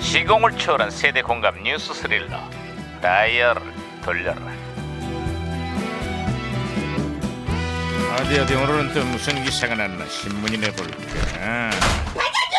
시공을 초월한 세대 공감 뉴스 스릴러 다이얼 돌려라 어디 어디 오늘은 또 무슨 기사가 났나 신문이나 볼까 반장님!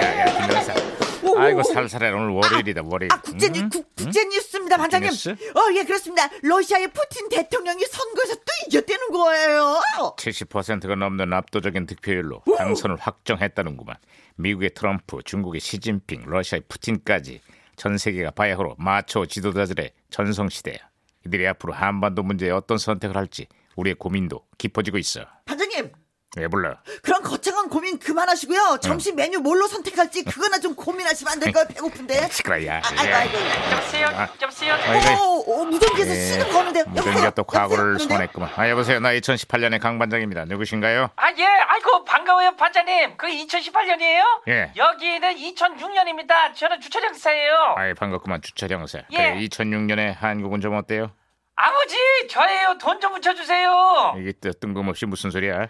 아야야 김여사 오, 오, 아이고 오. 살살해 오늘 월요일이다 월요일 아, 국제 니 응? 국, 국제 뉴스입니다, 반장님. 음? 뉴스? 어, 예, 그렇습니다. 러시아의 푸틴 대통령이 선거에서 또 이겼다는 거예요. 70%가 넘는 압도적인 득표율로 당선을 확정했다는구만. 미국의 트럼프, 중국의 시진핑, 러시아의 푸틴까지 전 세계가 바야흐로 마초 지도자들의 전성시대야. 이들이 앞으로 한반도 문제에 어떤 선택을 할지 우리의 고민도 깊어지고 있어. 반장님, 왜 불러? 그런 거창한 고민 그만하시고요. 음. 점심 메뉴 뭘로 선택할지 그거나 좀 고민하시면 안 될까요? 배고픈데. 시끄러야. 아, 아이고, 아이고. 좀 쉬어, 아. 좀 쉬어. 아이고. 오, 오, 무전기에서 예, 신음 거는데. 무전기가 또 과거를 소환했구만. 아 여보세요, 나 2018년의 강 반장입니다. 누구신가요? 아, 예, 아이고, 반가워요, 반장님. 그 2018년이에요? 예. 여기는 2006년입니다. 저는 주차장사예요. 아이 반갑구만 주차장사. 예. 2006년에 한국은 좀 어때요? 아버지, 저예요. 돈 좀 붙여주세요. 이게 또 뜬금없이 무슨 소리야?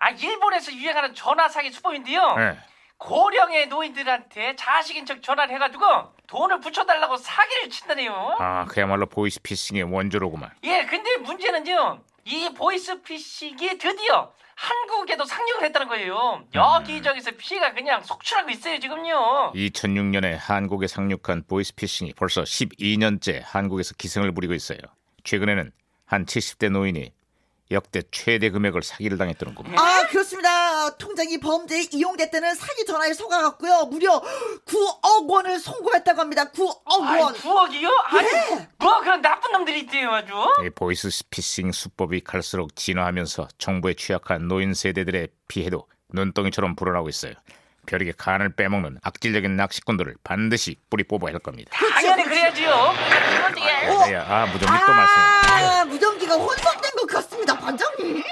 아, 일본에서 유행하는 전화사기 수법인데요. 예. 고령의 노인들한테 자식인 척 전화를 해가지고 돈을 붙여달라고 사기를 친다네요. 아 그야말로 보이스피싱의 원조로구만 예, 근데 문제는요. 이 보이스피싱이 드디어 한국에도 상륙을 했다는 거예요. 음. 여기저기서 피해가 그냥 속출하고 있어요, 지금요. 2006년에 한국에 상륙한 보이스피싱이 벌써 12년째 한국에서 기승을 부리고 있어요 최근에는 한 70대 노인이 역대 최대 금액을 사기를 당했더군요 아, 그렇습니다. 통장이 범죄에 이용됐다는 사기 전화에 속아갔고요. 무려 9억 원을 송금했다고 합니다. 9억 아, 원. 9억이요? 아니, 예. 뭐 그런 나쁜 놈들이 있대요, 아주. 이 보이스피싱 수법이 갈수록 진화하면서 정부에 취약한 노인 세대들의 피해도 눈덩이처럼 불어나고 있어요 벼룩의 간을 빼먹는 악질적인 낚시꾼들을 반드시 뿌리 뽑아야 할 겁니다 당연히 그렇죠, 그래야지요. 그러니까 그건 어. 이게 야, 아 무정기 또 말씀 아, 무전기가 혼선된 것 같습니다, 반장님.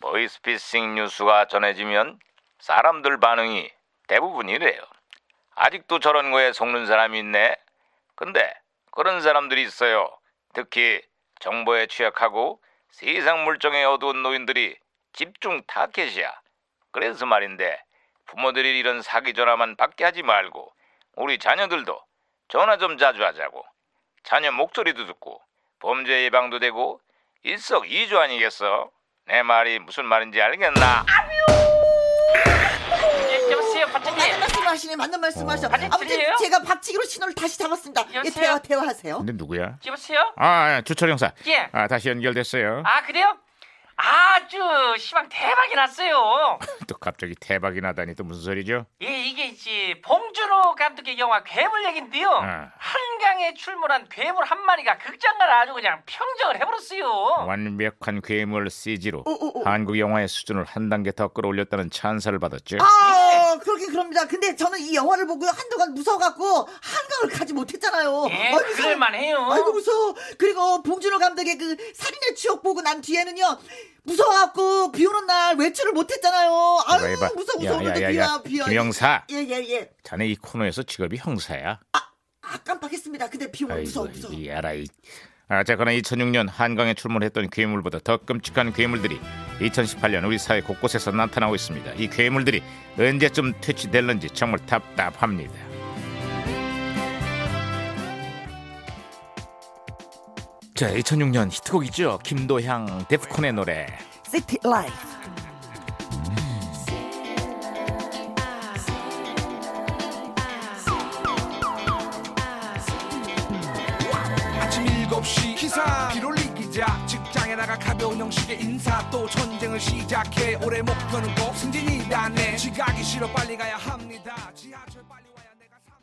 보이스피싱 뉴스가 전해지면 사람들 반응이 대부분 이래요. 아직도 저런 거에 속는 사람이 있네. 근데 그런 사람들이 있어요. 특히 정보에 취약하고 세상 물정에 어두운 노인들이 집중 타켓이야. 그래서 말인데 부모들이 이런 사기 전화만 받게 하지 말고 우리 자녀들도 전화 좀 자주 하자고. 자녀 목소리도 듣고 범죄 예방도 되고 일석이조 아니겠어? 내 말이 무슨 말인지 알겠나? 예, 여보세요, 반장님. 맞는 말씀 하시네 맞는 말씀 하셔 아니, 아무튼 들려요? 제가 박치기로 신호를 다시 잡았습니다 예, 어, 여보세요? 대화 대화하세요 근데 누구야? 여보세요? 아 주철 형사. 예. 아 다시 연결됐어요. 아, 그래요? 아주 시방 대박이 났어요. 또 갑자기 대박이 나다니 또 무슨 소리죠? 예, 이게 이제 봉준호 감독의 영화 괴물 얘긴데요. 아. 한강에 출몰한 괴물 한 마리가 극장가를 아주 그냥 평정을 해버렸어요. 완벽한 괴물 CG로 오, 오, 오. 한국 영화의 수준을 한 단계 더 끌어올렸다는 찬사를 받았죠. 아 그렇긴 그럽니다 근데 저는 이 영화를 보고 한동안 무서워갖고 한강을 가지 못했잖아요 예, 아이고, 그럴만해요. 아이고 무서워 그리고 봉준호 감독의 그 살인의 추억 보고 난 뒤에는요 무서워갖고 비 오는 날 외출을 못했잖아요 아유 이봐, 이봐. 무서워 야, 무서워 야, 야, 근데 야. 비와 비와 김영사, 예예예 자네 이 코너에서 직업이 형사야. 아 깜빡했습니다 근데 비 오면 무서워 무서워 이 알아이. 아, 자, 그러나 2006년 한강에 출몰했던 괴물보다 더 끔찍한 괴물들이 2018년 우리 사회 곳곳에서 나타나고 있습니다. 이 괴물들이 언제쯤 퇴치될는지 정말 답답합니다. 자, 2006년 히트곡이죠. 김도향 데프콘의 노래. 시티 라이프 아침 7시 기사 비롤리 기자 직장에 나가 가벼운 형식의 인사 또 전쟁을 시작해 올해 목표는 꼭 승진이다네 지각이 싫어 빨리 가야 합니다 지하철 빨리